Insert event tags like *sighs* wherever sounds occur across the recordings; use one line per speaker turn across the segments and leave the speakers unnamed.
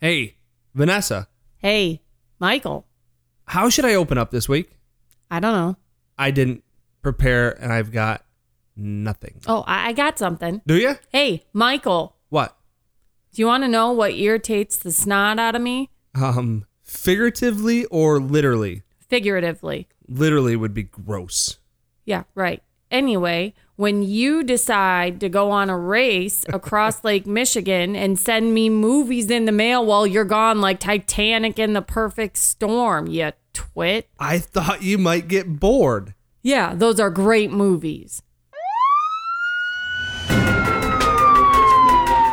Hey, Vanessa,
Hey, Michael.
how should I open up this week?
I don't know.
I didn't prepare and I've got nothing.
Oh, I, I got something.
Do you?
Hey, Michael.
What?
Do you want to know what irritates the snot out of me?
Um, figuratively or literally?
Figuratively.
Literally would be gross.
Yeah, right. Anyway, when you decide to go on a race across *laughs* Lake Michigan and send me movies in the mail while you're gone, like Titanic and the Perfect Storm, you twit.
I thought you might get bored.
Yeah, those are great movies.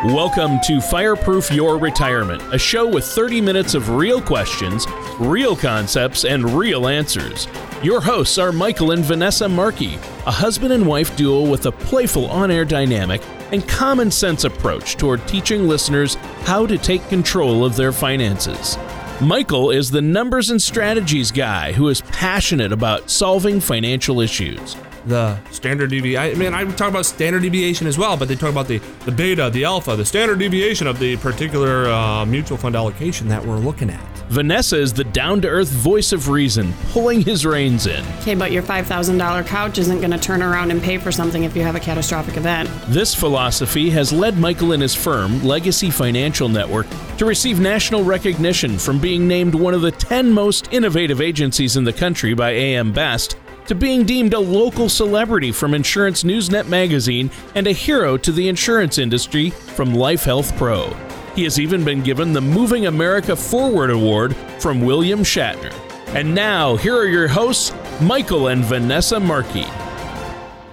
Welcome to Fireproof Your Retirement, a show with 30 minutes of real questions, real concepts, and real answers. Your hosts are Michael and Vanessa Markey, a husband and wife duo with a playful on air dynamic and common sense approach toward teaching listeners how to take control of their finances. Michael is the numbers and strategies guy who is passionate about solving financial issues.
The standard deviation. I mean, I'm talking about standard deviation as well, but they talk about the, the beta, the alpha, the standard deviation of the particular uh, mutual fund allocation that we're looking at.
Vanessa is the down to earth voice of reason, pulling his reins in.
Okay, but your $5,000 couch isn't going to turn around and pay for something if you have a catastrophic event.
This philosophy has led Michael and his firm, Legacy Financial Network, to receive national recognition from being named one of the 10 most innovative agencies in the country by AM Best to being deemed a local celebrity from Insurance Newsnet magazine and a hero to the insurance industry from Life Health Pro. He has even been given the Moving America Forward Award from William Shatner. And now, here are your hosts, Michael and Vanessa Markey.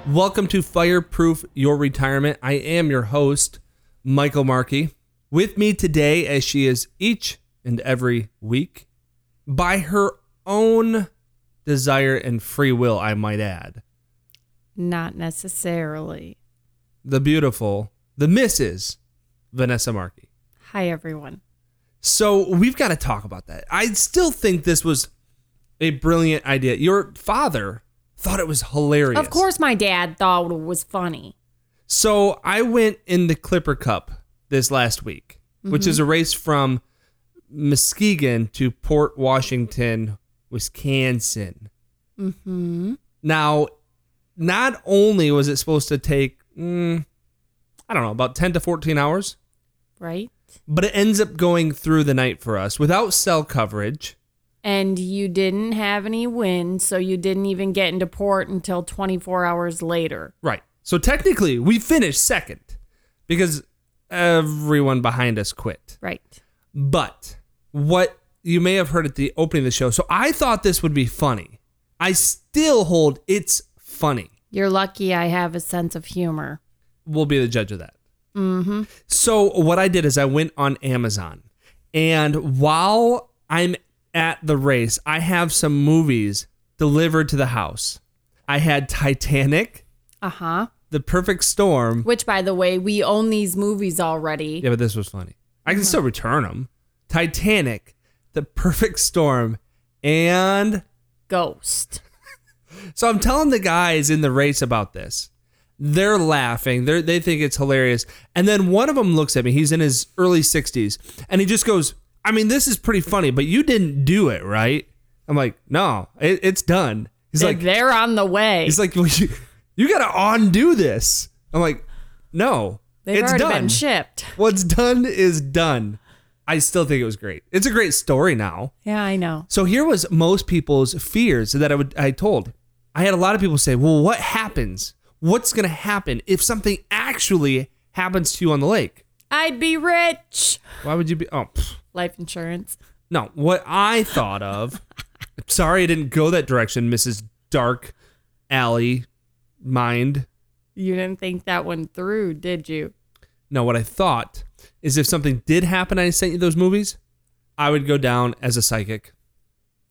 Welcome to Fireproof Your Retirement. I am your host, Michael Markey. With me today, as she is each and every week, by her own desire and free will, I might add,
Not necessarily.
the beautiful, the Mrs. Vanessa Markey.
Hi, everyone.
So we've got to talk about that. I still think this was a brilliant idea. Your father thought it was hilarious.
Of course, my dad thought it was funny.
So I went in the Clipper Cup this last week, which is a race from Muskegon to Port Washington, Wisconsin.
Mm-hmm.
Now, not only was it supposed to take, mm, I don't know, about 10 to 14 hours,
Right?
but it ends up going through the night for us without cell coverage.
And you didn't have any wind, so you didn't even get into port until 24 hours later.
Right. So technically, we finished second because everyone behind us quit.
Right.
But what you may have heard at the opening of the show, so I thought this would be funny. I still hold it's funny.
You're lucky I have a sense of humor.
We'll be the judge of that. Mm-hmm. So what I did is I went on Amazon, and while I'm at the race, I have some movies delivered to the house. I had Titanic,
Uh huh.
The Perfect Storm.
Which, by the way, we own these movies already.
Yeah, but this was funny. I can still return them. Titanic, The Perfect Storm, and
Ghost.
So I'm telling the guys in the race about this. They're laughing. They they think it's hilarious. And then one of them looks at me. He's in his early 60s and he just goes, "I mean, this is pretty funny, but you didn't do it, right?" I'm like, "No, it, it's done." He's like,
They're on the way.
"He's like, well, you, you got to undo this." I'm like, "No,
They've
it's
already
done.
been shipped.
What's done is done." I still think it was great. It's a great story now.
Yeah, I know.
So here was most people's fears that I would I told. I had a lot of people say, "Well, what happens? What's going to happen if something actually happens to you on the lake?
I'd be rich.
Why would you be Oh, pff.
Life insurance.
no, what I thought of. *laughs* sorry I didn't go that direction, Mrs. Dark Alley mind.
You didn't think that one through, did you?
No, what I thought is if something did happen I sent you those movies, I would go down as a psychic.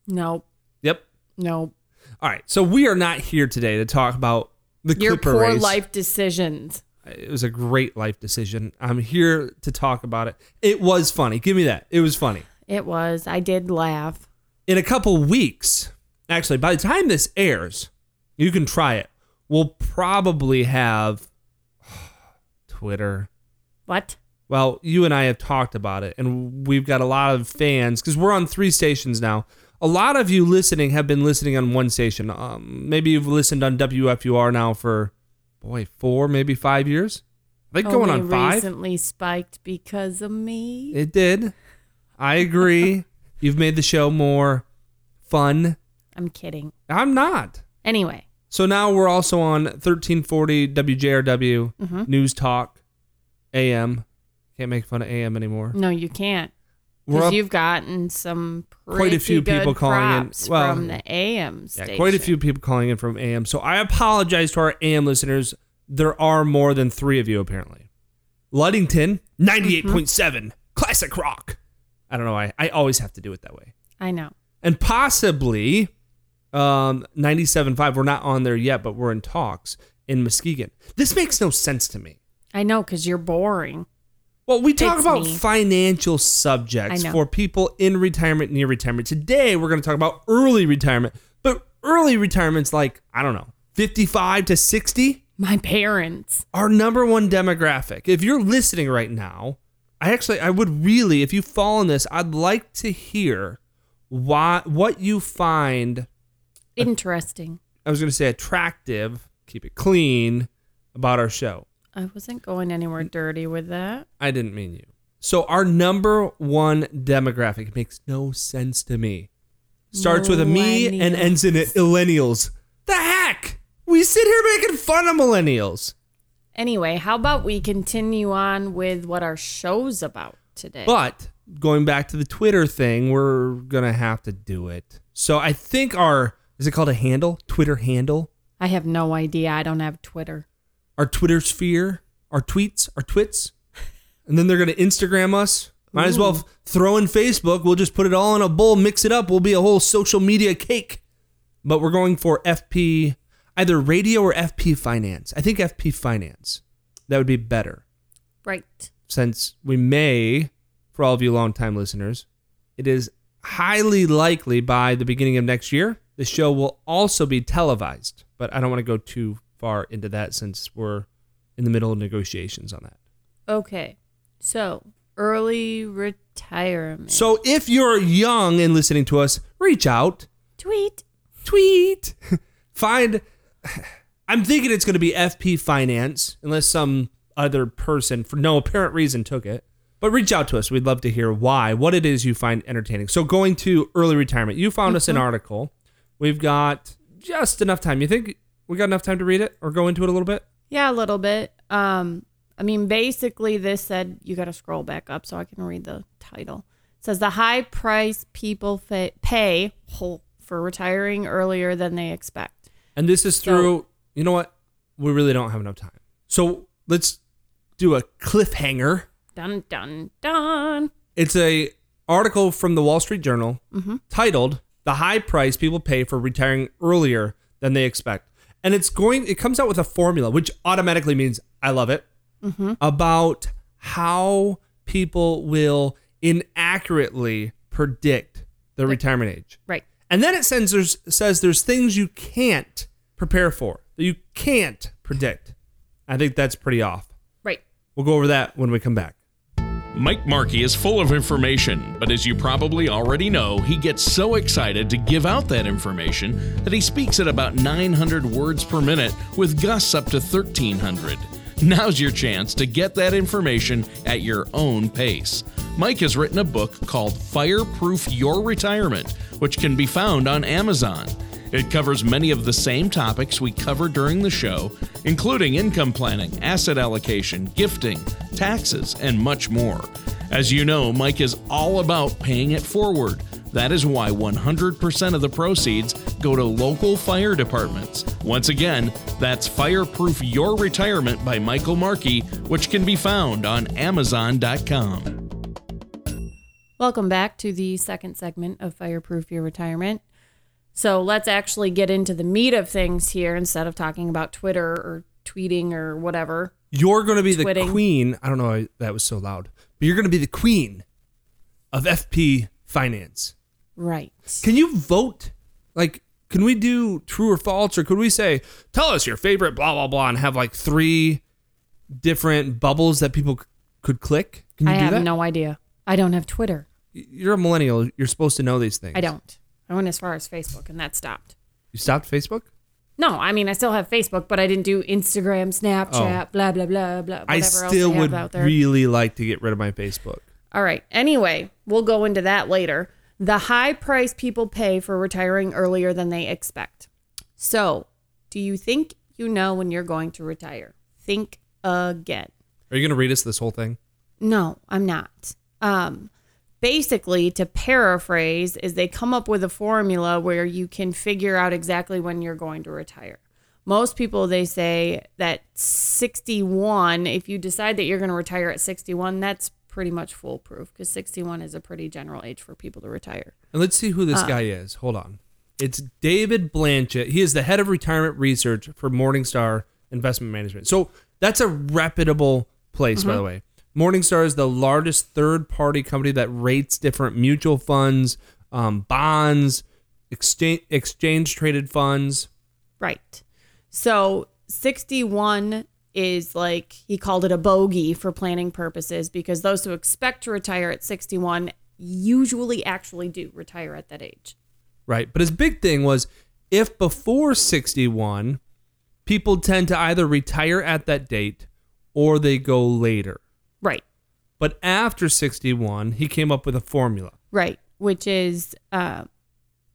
Nope.
Yep.
Nope.
All right. So we are not here today to talk about the
Your
Clipper
poor
race.
life decisions.
it was a great life decision. I'm here to talk about it. It was funny. Give me that. It was funny.
It was. I did laugh.
In a couple weeks, actually, by the time this airs, you can try it. We'll probably have *sighs* Twitter.
What?
Well, you and I have talked about it, and we've got a lot of fans because we're on three stations now. A lot of you listening have been listening on one station. Um, maybe you've listened on WFUR now for, boy, four, maybe five years. I think going
Only
on five.
recently spiked because of me.
It did. I agree. You've made the show more fun.
I'm kidding.
I'm not.
Anyway,
So now we're also on 1340 WJRW News Talk AM. Can't make fun of AM anymore.
no, you can't.
We're
Because
up-
you've gotten some pretty
Quite a few
good
people calling in.
props
Well,
from the AM station.
yeah, quite a few people calling in from AM. So I apologize to our AM listeners. There are more than three of you apparently. Ludington, 98.7, classic rock. I don't know why. I always have to do it that way.
I know.
and possibly um, 97.5. We're not on there yet, but we're in talks in Muskegon. This makes no sense to me.
I know because you're boring.
Well, we talk
It's
about
me.
financial subjects
I know.
for people in retirement, near retirement. Today, we're going to talk about early retirement, but early retirement's like, I don't know, 55 to 60?
My *laughs* parents.
Our number one demographic. If you're listening right now, I actually, I would really, if you fall in this, I'd like to hear why, what you find
Interesting.
I was going to say attractive, keep it clean about our show.
I wasn't going anywhere dirty with that.
I didn't mean you. So our number one demographic it makes no sense to me. Starts with a me and
Millennials.
ends in a millennials. The heck? We sit here making fun of millennials.
Anyway, how about we continue on with what our show's about today?
But going back to the Twitter thing, we're going to have to do it. So I think our is it called a handle? Twitter handle?
I have no idea. I don't have Twitter.
our Twitter sphere, our tweets, our twits, and then they're gonna Instagram us. Might as well throw in Facebook. We'll just put it all in a bowl, mix it up. We'll be a whole social media cake. But we're going for FP, either radio or FP finance. I think FP finance. That would be better
Right.
since we may, for all of you longtime listeners, it is highly likely by the beginning of next year, the show will also be televised. But I don't want to go too far into that since we're in the middle of negotiations on that.
Okay. So, early retirement.
So if you're young and listening to us, reach out,
Tweet.
tweet, find. I'm thinking it's going to be FP Finance, unless some other person, for no apparent reason, took it. But reach out to us. We'd love to hear why, what it is you find entertaining. So, going to early retirement, you found us an article. We've got just enough time. You think we got enough time to read it or go into it a little bit?
Yeah, a little bit. Um, I mean, basically, this said you got to scroll back up so I can read the title. It says the high price people fa- pay hol- for retiring earlier than they expect.
And this is through, you know what? We really don't have enough time. So, let's do a cliffhanger.
Dun dun dun.
It's a article from the Wall Street Journal titled "The High Price People Pay for Retiring Earlier Than They Expect," and it's going. It comes out with a formula, which automatically means I love it. About how people will inaccurately predict their retirement age,
Right.
and then it sends there's, says there's things you can't prepare for that you can't predict. I think that's pretty off.
Right.
We'll go over that when we come back.
Mike Markey is full of information, but as you probably already know, he gets so excited to give out that information that he speaks at about 900 words per minute, with gusts up to 1,300. Now's your chance to get that information at your own pace. Mike has written a book called Fireproof Your Retirement, which can be found on Amazon. It covers many of the same topics we cover during the show, including income planning, asset allocation, gifting, taxes, and much more. As you know, Mike is all about paying it forward. That is why 100% of the proceeds go to local fire departments. Once again, that's Fireproof Your Retirement by Michael Markey, which can be found on Amazon.com.
Welcome back to the second segment of Fireproof Your Retirement. So let's actually get into the meat of things here instead of talking about Twitter or tweeting or whatever.
You're going to be the
Twitting.
queen. I don't know why that was so loud, but you're going to be the queen of FP finance.
Right.
Can you vote? Like, can we do true or false? Or could we say, tell us your favorite blah, blah, blah, and have like three different bubbles that people c- could click? Can you
I
do
have
that?
no idea. I don't have Twitter.
You're a millennial. You're supposed to know these things.
I don't. I went as far as Facebook and that stopped.
You stopped Facebook?
No, I mean I still have Facebook, but I didn't do Instagram, Snapchat, blah blah blah blah. Whatever
Oh. I still
else they
would
have out there.
really like to get rid of my Facebook.
All right. Anyway, we'll go into that later. The high price people pay for retiring earlier than they expect. So, do you think you know when you're going to retire? Think again.
Are you going to read us this whole thing?
No, I'm not. Um, basically, to paraphrase, is they come up with a formula where you can figure out exactly when you're going to retire. Most people they say that 61. If you decide that you're going to retire at 61, that's pretty much foolproof because 61 is a pretty general age for people to retire.
And let's see who this guy is. Hold on. It's David Blanchett. He is the head of retirement research for Morningstar Investment Management. So that's a reputable place, by the way. Morningstar is the largest third party company that rates different mutual funds, um, bonds, exchange exchange traded funds.
Right. So 61 is like he called it a bogey for planning purposes because those who expect to retire at 61 usually actually do retire at that age.
Right. But his big thing was if before 61, people tend to either retire at that date or they go later.
Right.
But after 61, he came up with a formula.
Right. Which is uh,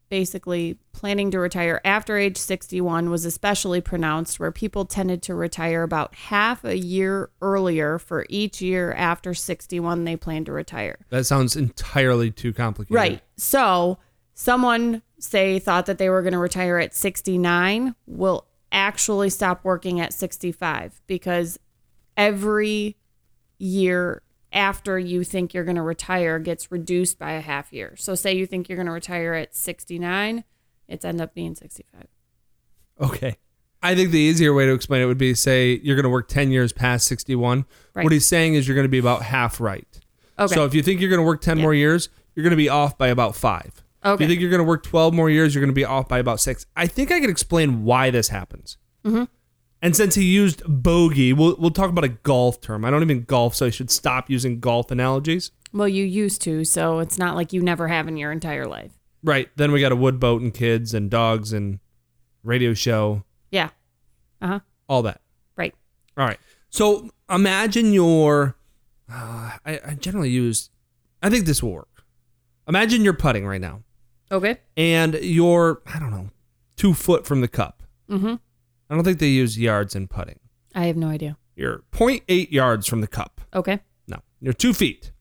basically planning to retire after age 61 was especially pronounced, where people tended to retire about half a year earlier for each year after 61 they planned to retire.
That sounds entirely too complicated.
Right. So someone say thought that they were going to retire at 69 will actually stop working at 65 because every year after you think you're going to retire gets reduced by a half year. So say you think you're going to retire at 69, it's end up being 65.
Okay. I think the easier way to explain it would be say you're going to work 10 years past 61.
Right.
What he's saying is you're going to be about half right.
Okay.
So if you think you're going to work 10
Yeah.
more years, you're going to be off by about five. If you
Okay.
think you're going to work 12 more years, you're going to be off by about six. I think I can explain why this happens.
Mm-hmm.
And since he used bogey, we'll, we'll talk about a golf term. I don't even golf, so I should stop using golf analogies.
well, you used to, so it's not like you never have in your entire life.
Right. Then we got a wood boat and kids and dogs and radio show,
Yeah. Uh-huh.
all that.
Right.
All right. So imagine your. Uh, I, I generally use. I think this will work. Imagine you're putting right now,
Okay.
and you're I don't know, two foot from the cup.
Mhm.
I don't think they use yards in putting.
I have no idea.
You're 0.8 yards from the cup.
Okay.
No, you're two feet.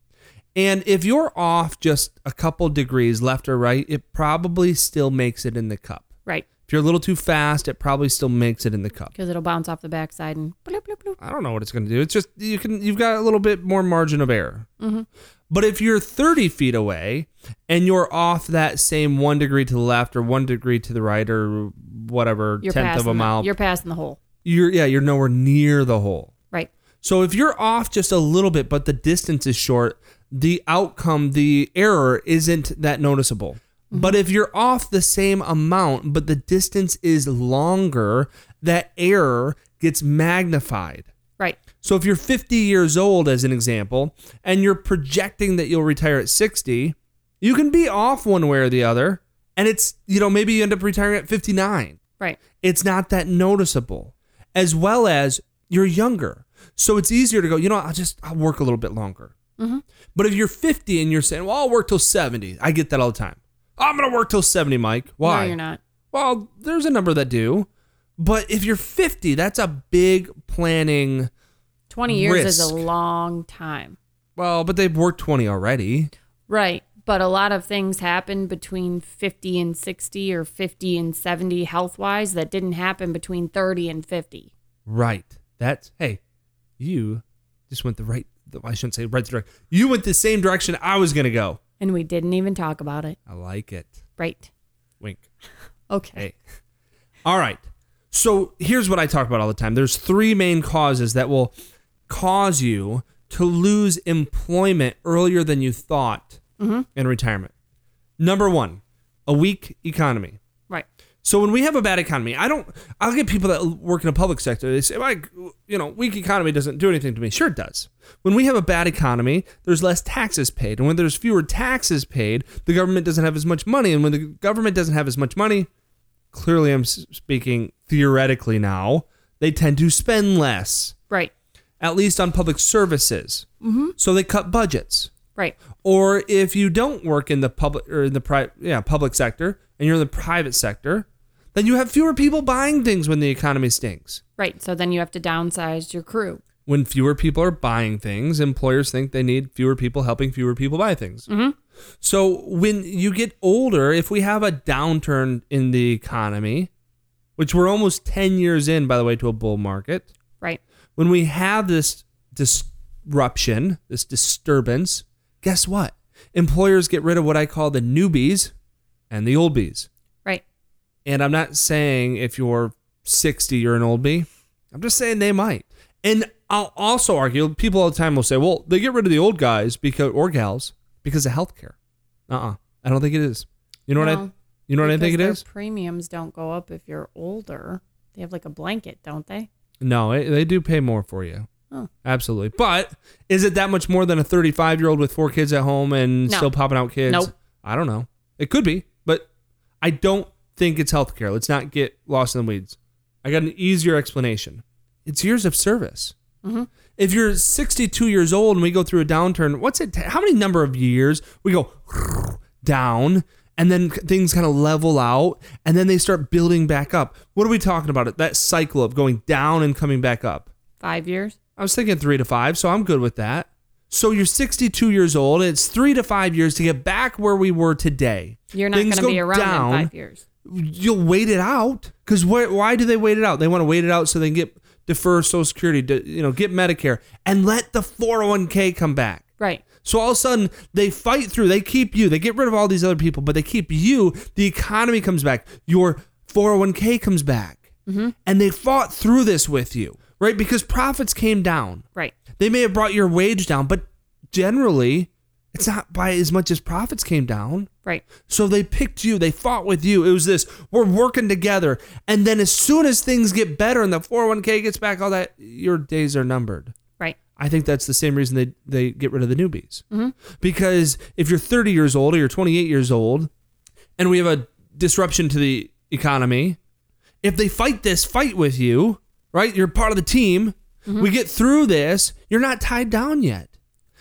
And if you're off just a couple degrees left or right, it probably still makes it in the cup.
Right.
If you're a little too fast, it probably still makes it in the cup.
because it'll bounce off the backside and bloop, bloop, bloop.
I don't know what it's going to do. It's just you can you've got a little bit more margin of error.
Mm-hmm.
But if you're 30 feet away and you're off that same one degree to the left or one degree to the right or whatever
You're
tenth
passing
of a
the-
mile,
you're passing the hole,
you're yeah you're nowhere near the hole.
right?
So if you're off just a little bit, but the distance is short, the outcome, the error isn't that noticeable. But if you're off the same amount, but the distance is longer, that error gets magnified.
Right.
So if you're 50 years old, as an example, and you're projecting that you'll retire at 60, you can be off one way or the other. And it's, you know, maybe you end up retiring at 59.
Right.
It's not that noticeable, as well as you're younger. So it's easier to go, you know, I'll just, I'll work a little bit longer.
Mm-hmm.
But if you're 50 and you're saying, well, I'll work till 70, I get that all the time. I'm going to work till 70, Mike. Why?
No, you're not.
Well, there's a number that do. But if you're 50, that's a big planning.
Twenty years is
Risk.
a long time,
Well, but they've worked 20 already.
right? But a lot of things happen between fifty and sixty, or fifty and seventy, health wise, that didn't happen between thirty and fifty.
Right. That's, hey, you just went the right, the, I shouldn't say right direction. You went the same direction I was going to go.
And we didn't even talk about it,
I like it.
right?
Wink.
Okay.
Hey. All right. So here's what I talk about all the time. There's three main causes that will cause you to lose employment earlier than you thought in retirement. Number one, a weak economy.
Right.
So when we have a bad economy, I don't. I'll get people that work in a public sector. They say, "Like, you know, weak economy doesn't do anything to me." Sure, it does. When we have a bad economy, there's less taxes paid, and when there's fewer taxes paid, the government doesn't have as much money, and when the government doesn't have as much money, clearly, I'm s- speaking theoretically now. They tend to spend less,
Right.
at least on public services. Mm-hmm. So they cut budgets
Right.
or if you don't work in the public or in the private yeah public sector and you're in the private sector then you have fewer people buying things when the economy stinks
Right. So then you have to downsize your crew.
when fewer people are buying things employers think they need fewer people helping fewer people buy things
Mm-hmm.
so when you get older if we have a downturn in the economy which we're almost 10 years in by the way to a bull market
Right.
when we have this disruption, this disturbance, guess what? Employers get rid of what I call the newbies and the old bees.
Right.
And I'm not saying if you're 60, you're an old bee. I'm just saying they might. And I'll also argue people all the time will say, well, they get rid of the old guys because or gals because of healthcare. Uh uh I don't think it is. You know what I
No,
you know what I think it
their
is?
Premiums don't go up if you're older. They have like a blanket, don't they?
No, it, they do pay more for you.
Oh.
Absolutely. But is it that much more than a 35 year old with four kids at home and
No.
still popping out kids?
Nope.
I don't know. It could be, but I don't think it's healthcare. Let's not get lost in the weeds. I got an easier explanation it's years of service.
Mm-hmm.
If you're 62 years old and we go through a downturn, what's it? How many number of years we go *laughs* down and then things kind of level out and then they start building back up? What are we talking about? It that cycle of going down and coming back up.
Five years.
I was thinking three to five, so I'm good with that. So you're 62 years old. And it's three to five years to get back where we were today.
You're not going
Things
to be
go
around
down
in five years.
you'll wait it out because why, why do they wait it out they want to wait it out so they can get defer social security to, you know get medicare and let the 401k come back
Right.
so all of a sudden they fight through they keep you they get rid of all these other people but they keep you the economy comes back your 401k comes back and they fought through this with you right because profits came down
Right.
they may have brought your wage down but generally it's not by as much as profits came down
Right.
so they picked you, they fought with you. It was this, we're working together. And then as soon as things get better and the 401k gets back, all that, your days are numbered.
Right.
I think that's the same reason they, they get rid of the newbies. Because if you're 30 years old or you're 28 years old and we have a disruption to the economy, if they fight this fight with you, right? You're part of the team. We get through this, you're not tied down yet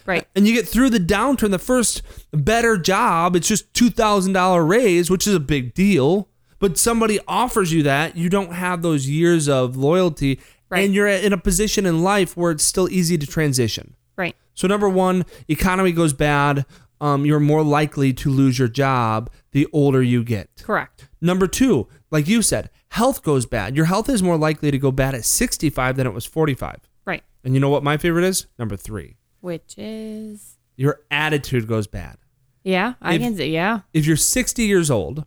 Right.
and you get through the downturn, the first better job, it's just two thousand dollar raise, which is a big deal. But somebody offers you that, you don't have those years of loyalty,
Right.
and you're in a position in life where it's still easy to transition.
Right.
So number one, economy goes bad. Um, you're more likely to lose your job the older you get.
Correct.
Number two, like you said, health goes bad. Your health is more likely to go bad at 65 than it was 45.
Right.
And you know what my favorite is? Number three,
Which is
your attitude goes bad.
yeah. I
If-
can say yeah.
if you're 60 years old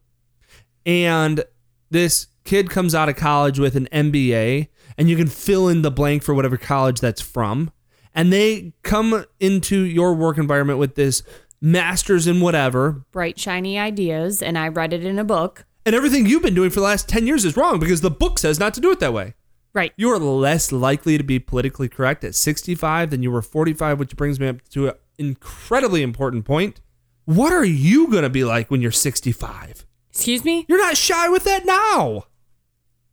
and this kid comes out of college with an MBA and you can fill in the blank for whatever college that's from and they come into your work environment with this masters in whatever
Bright shiny ideas, and I read it in a book.
and everything you've been doing for the last 10 years is wrong because the book says not to do it that way
Right.
you are less likely to be politically correct at 65 than you were 45 which brings me up to an incredibly important point what are you going to be like when you're 65
Excuse me.
You're not shy with that now.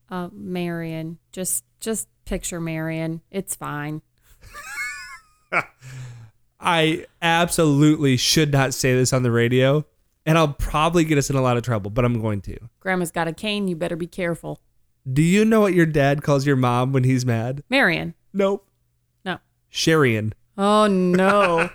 Uh, Marion. Just just picture Marion. It's fine.
I absolutely should not say this on the radio, and I'll probably get us in a lot of trouble, but I'm going to.
Grandma's got a cane. You better be careful.
Do you know what your dad calls your mom when he's mad?
Marion.
Nope.
No.
Sharian.
Oh *laughs* no.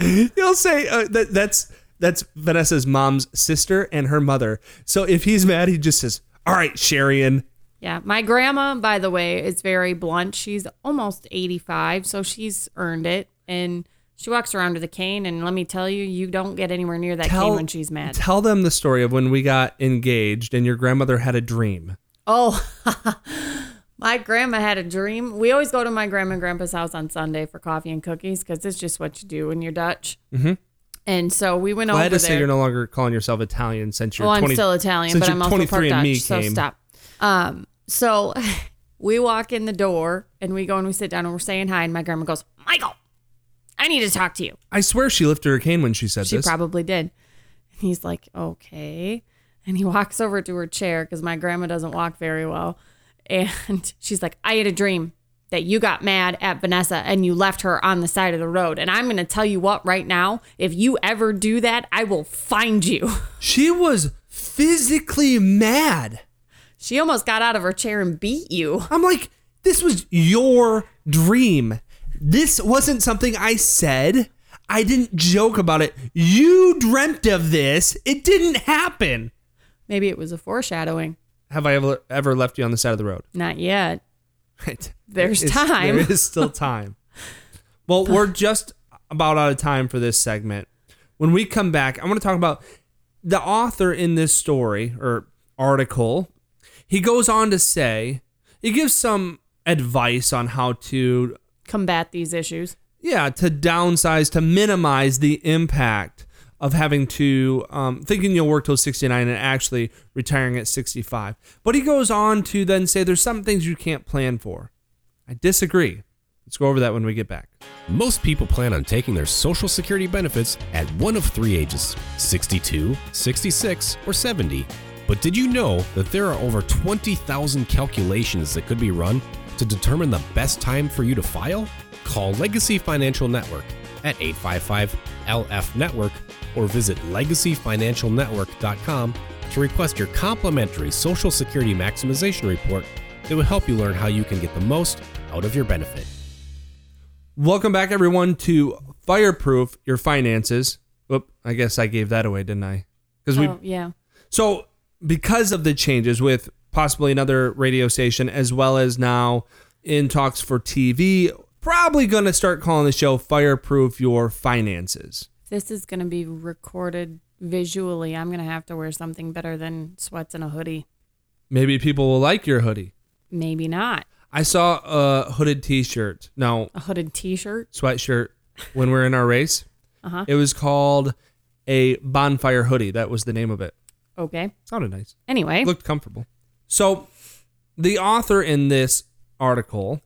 He'll say uh, that that's that's Vanessa's mom's sister and her mother. So if he's mad, he just says, "All right, Sharian."
Yeah. My grandma, by the way, is very blunt. She's almost 85, so she's earned it. And she walks around with a cane. And let me tell you, you don't get anywhere near that cane when
*laughs*
she's mad.
Tell them the story of when we got engaged and your grandmother had a dream.
oh, *laughs* my grandma had a dream. We always go to my grandma and grandpa's house on Sunday for coffee and cookies because it's just what you do when you're Dutch. And so we went
Mm-hmm. Glad
over
to
there.
say you're no longer calling yourself Italian since you're
well,
20
I'm still Italian,
since
but
your
I'm also
23
part Dutch.
and me
so
came.
stop. Um, so *laughs* we walk in the door and we go and we sit down and we're saying hi. And my grandma goes, Michael, I need to talk to you.
I swear she lifted her cane when she said
She
this.
probably did. And he's like, okay. And he *laughs* walks over to her chair because my grandma doesn't walk very well. And *laughs* she's like, I had a dream that you got mad at Vanessa and you left her on the side of the road. And I'm going to tell you what right now, if you ever do that, I will find you. *laughs*
she was physically mad.
She almost got out of her chair and beat you.
I'm like, this was your dream. This wasn't something I said. I didn't joke about it. You dreamt of this. It didn't happen.
Maybe it was a foreshadowing.
Have I ever ever left you on the side of the road?
Not yet.
Right.
There's
It's-
time.
There is still time. well,
*laughs*
we're just about out of time for this segment. When we come back, I want to talk about the author in this story or article. He goes on to say, he gives some advice on how to
Combat these issues.
yeah, to downsize, to minimize the impact of having to um, thinking you'll work till 69 and actually retiring at 65. But he goes on to then say there's some things you can't plan for. I disagree. Let's go over that when we get back.
Most people plan on taking their Social Security benefits at one of three ages 62, 66, or 70. But did you know that there are over 20,000 calculations that could be run to determine the best time for you to file? Call Legacy Financial Network at 855 LF Network or visit legacyfinancialnetwork.com to request your complimentary Social Security Maximization Report that will help you learn how you can get the most out of your benefit.
Welcome back, everyone, to Fireproof Your Finances. Whoop, I guess I gave that away, didn't I? Because we
oh, yeah.
So, because of the changes with possibly another radio station, as well as now in talks for TV, probably going to start calling the show Fireproof Your Finances.
This is going to be recorded visually. I'm going to have to wear something better than sweats and a hoodie.
Maybe people will like your hoodie.
Maybe not.
I saw a hooded t shirt, no,
A hooded t shirt.
sweatshirt, when we we're in our race. It was called a bonfire hoodie. That was the name of it.
Okay.
Sounded nice.
Anyway,
looked comfortable. So, the author in this article,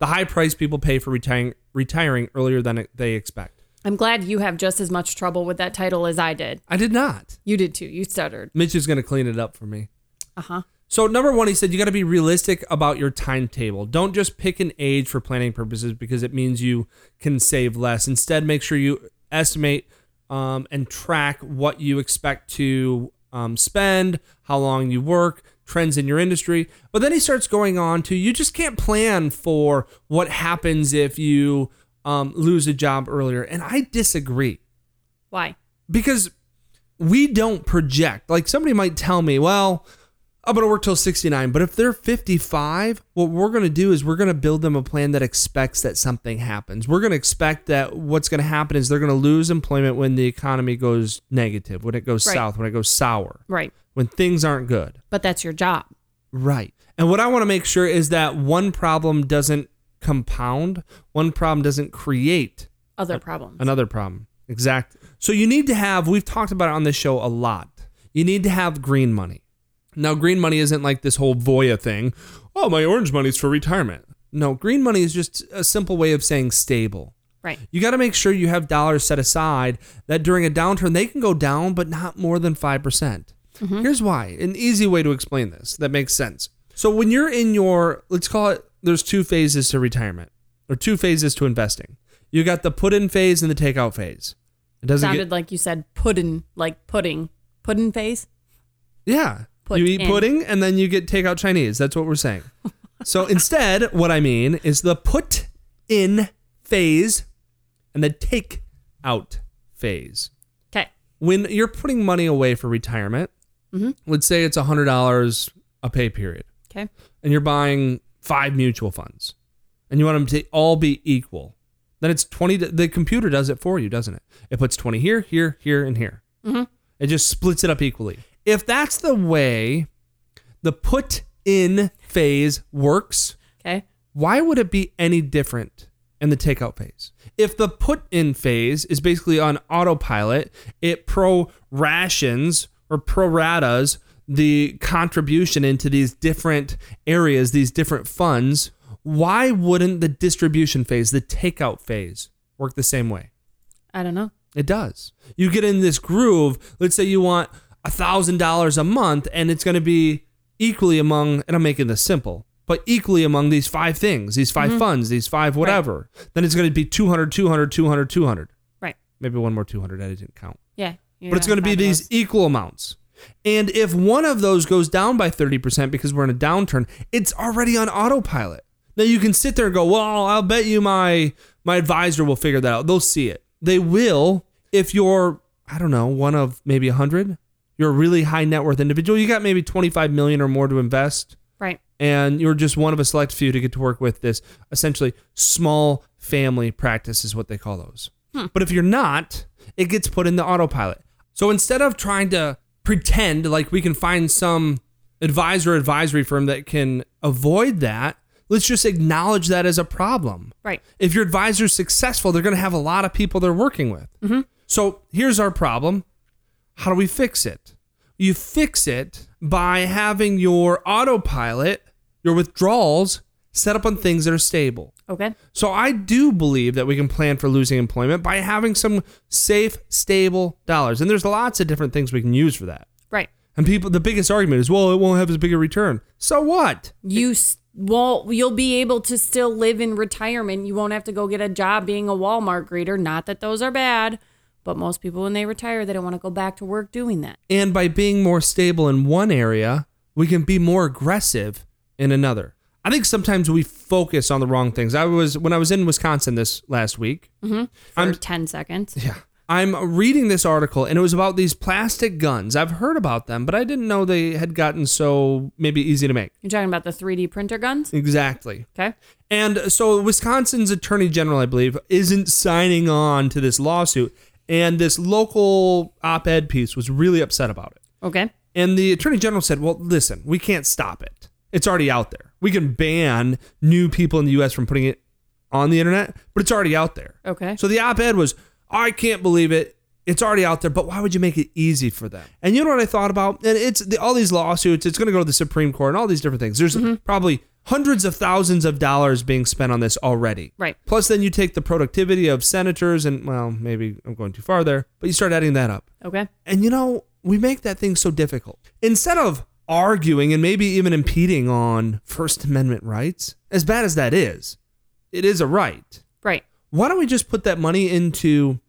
the high price people pay for retiring retiring earlier than they expect.
I'm glad you have just as much trouble with that title as I did.
I did not.
You did too. You stuttered.
Mitch is going to clean it up for me.
Uh huh.
So, number one, he said you got to be realistic about your timetable. Don't just pick an age for planning purposes because it means you can save less. Instead, make sure you estimate um, and track what you expect to um, spend, how long you work, trends in your industry. But then he starts going on to you just can't plan for what happens if you um, lose a job earlier. And I disagree
Why?
because we don't project. Like somebody might tell me, well, I'm going to work till 69, but if they're 55, what we're going to do is we're going to build them a plan that expects that something happens. We're going to expect that what's going to happen is they're going to lose employment when the economy goes negative, when it goes
Right.
south, when it goes sour,
Right.
when things aren't good.
But that's your job.
Right. And what I want to make sure is that one problem doesn't compound, one problem doesn't create
Other problems.
Another problem. Exactly. So you need to have, we've talked about it on this show a lot. You need to have green money. Now, green money isn't like this whole Voya thing. Oh, my orange money's for retirement. No, green money is just a simple way of saying stable.
Right.
You got to make sure you have dollars set aside that during a downturn they can go down, but not more than 5%. percent
Mm-hmm.
Here's why an easy way to explain this that makes sense. So, when you're in your, let's call it, there's two phases to retirement or two phases to investing. You got the put in phase and the take out phase. It doesn't
Sounded
get,
like you said puddin', like pudding. Puddin' face?
yeah.
Put
you eat
in.
pudding and then you get takeout Chinese. That's what we're
*laughs*
saying. so instead, what I mean is the put in phase and the take out phase.
Okay.
when you're putting money away for retirement, let's say it's $100 a pay period,
Okay.
and you're buying five mutual funds, and you want them to all be equal, then it's 20. The computer does it for you, doesn't it? It puts 20 here, here, here, and here. It just splits it up equally. If that's the way the put in phase works,
Okay.
why would it be any different and the takeout phase. If the put in phase is basically on autopilot, it pro rations or proratas the contribution into these different areas, these different funds. Why wouldn't the distribution phase, the takeout phase, work the same way?
I don't know.
It does. You get in this groove. Let's say you want a thousand dollars a month, and it's going to be equally among. And I'm making this simple, but equally among these five things, these 5 funds, these five whatever. Then it's going to be 200, 200, 200, 200.
Right.
Maybe one more 200. I didn't count.
Yeah. you
but it's
know,
going to be
five
these
dollars.
equal amounts. And if one of those goes down by 30% because we're in a downturn, it's already on autopilot. Now you can sit there and go, "Well, I'll bet you my my advisor will figure that out. They'll see it." They will if you're I don't know, one of maybe 100, you're a really high net worth individual, you got maybe 25 million or more to invest
Right.
and you're just one of a select few to get to work with this essentially small family practice is what they call those. But if you're not, it gets put in the autopilot. So instead of trying to pretend like we can find some advisor advisory firm that can avoid that, let's just acknowledge that as a problem.
Right.
If your advisor's successful, they're going to have a lot of people they're working with. So here's our problem. How do we fix it? You fix it by having your autopilot, your withdrawals, set up on things that are stable.
Okay.
So I do believe that we can plan for losing employment by having some safe, stable dollars. And there's lots of different things we can use for that.
Right.
And people, the biggest argument is, well, it won't have as big a return. So what?
You s- won't. You'll be able to still live in retirement. You won't have to go get a job being a Walmart greeter. Not that those are bad, but most people when they retire, they don't want to go back to work doing that.
And by being more stable in one area, we can be more aggressive in another. I think sometimes we focus on the wrong things. I was when I was in Wisconsin this last week.
For
I'm-
ten seconds.
*laughs*
*laughs*
Yeah. I'm reading this article and it was about these plastic guns. I've heard about them, but I didn't know they had gotten so maybe easy to make.
You're talking about the 3D printer guns.
Exactly.
Okay.
And so Wisconsin's attorney general, I believe, isn't signing on to this lawsuit. And this local op ed piece was really upset about it.
Okay.
And the attorney general said, "Well, listen, we can't stop it. It's already out there. We can ban new people in the U.S. from putting it on the internet, but it's already out there."
Okay.
So the op-ed was, "I can't believe it. It's already out there, but why would you make it easy for them?" And you know what I thought about? And it's the, all these lawsuits. It's going to go to the Supreme Court and all these different things. There's
Mm-hmm.
probably hundreds of thousands of dollars being spent on this already.
Right.
Plus, then you take the productivity of senators, and well, maybe I'm going too far there, but you start adding that up.
Okay.
And you know, we make that thing so difficult. Instead of arguing and maybe even impeding on First Amendment rights, as bad as that is, it is a right.
Right.
Why don't we just put that money into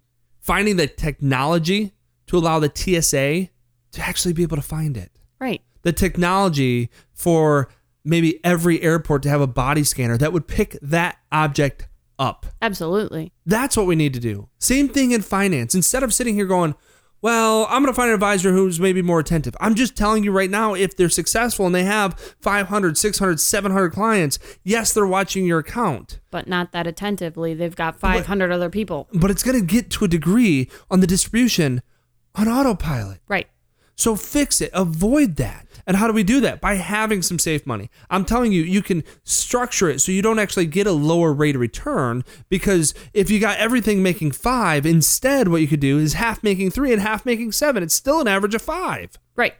finding the technology to allow the TSA to actually be able to find it?
Right.
The technology for maybe every airport to have a body scanner that would pick that object up.
Absolutely.
That's what we need to do. Same thing in finance. Instead of sitting here going, well, I'm going to find an advisor who's maybe more attentive. I'm just telling you right now, if they're successful and they have 500, 600, 700 clients, yes, they're watching your account,
But not that attentively. They've got 500 other people.
but it's going to get to a degree on the distribution on autopilot.
Right.
So fix it, avoid that. And how do we do that? By having some safe money. I'm telling you, you can structure it so you don't actually get a lower rate of return because if you got everything making five, instead, what you could do is half making three and half making seven. It's still an average of five.
Right.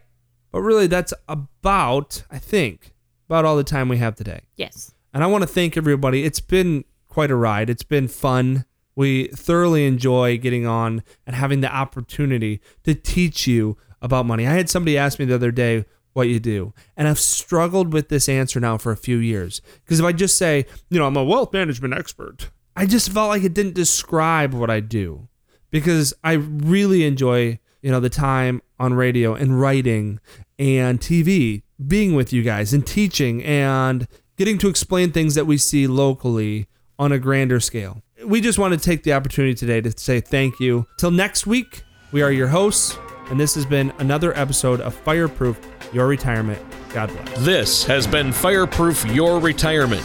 But really, that's about, I think, about all the time we have today.
Yes.
And I want to thank everybody. It's been quite a ride. It's been fun. We thoroughly enjoy getting on and having the opportunity to teach you about money. I had somebody ask me the other day what you do, and I've struggled with this answer now for a few years. Because if I just say, you know, I'm a wealth management expert, I just felt like it didn't describe what I do because I really enjoy, you know, the time on radio and writing and TV, being with you guys and teaching and getting to explain things that we see locally on a grander scale. We just want to take the opportunity today to say thank you. Till next week, we are your hosts, and this has been another episode of Fireproof Your Retirement. God bless.
This has been Fireproof Your Retirement.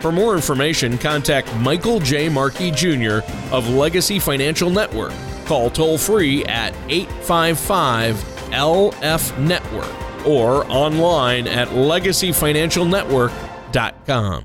For more information, contact Michael J. Markey Jr. of Legacy Financial Network. Call toll free at 855 LF Network or online at legacyfinancialnetwork.com.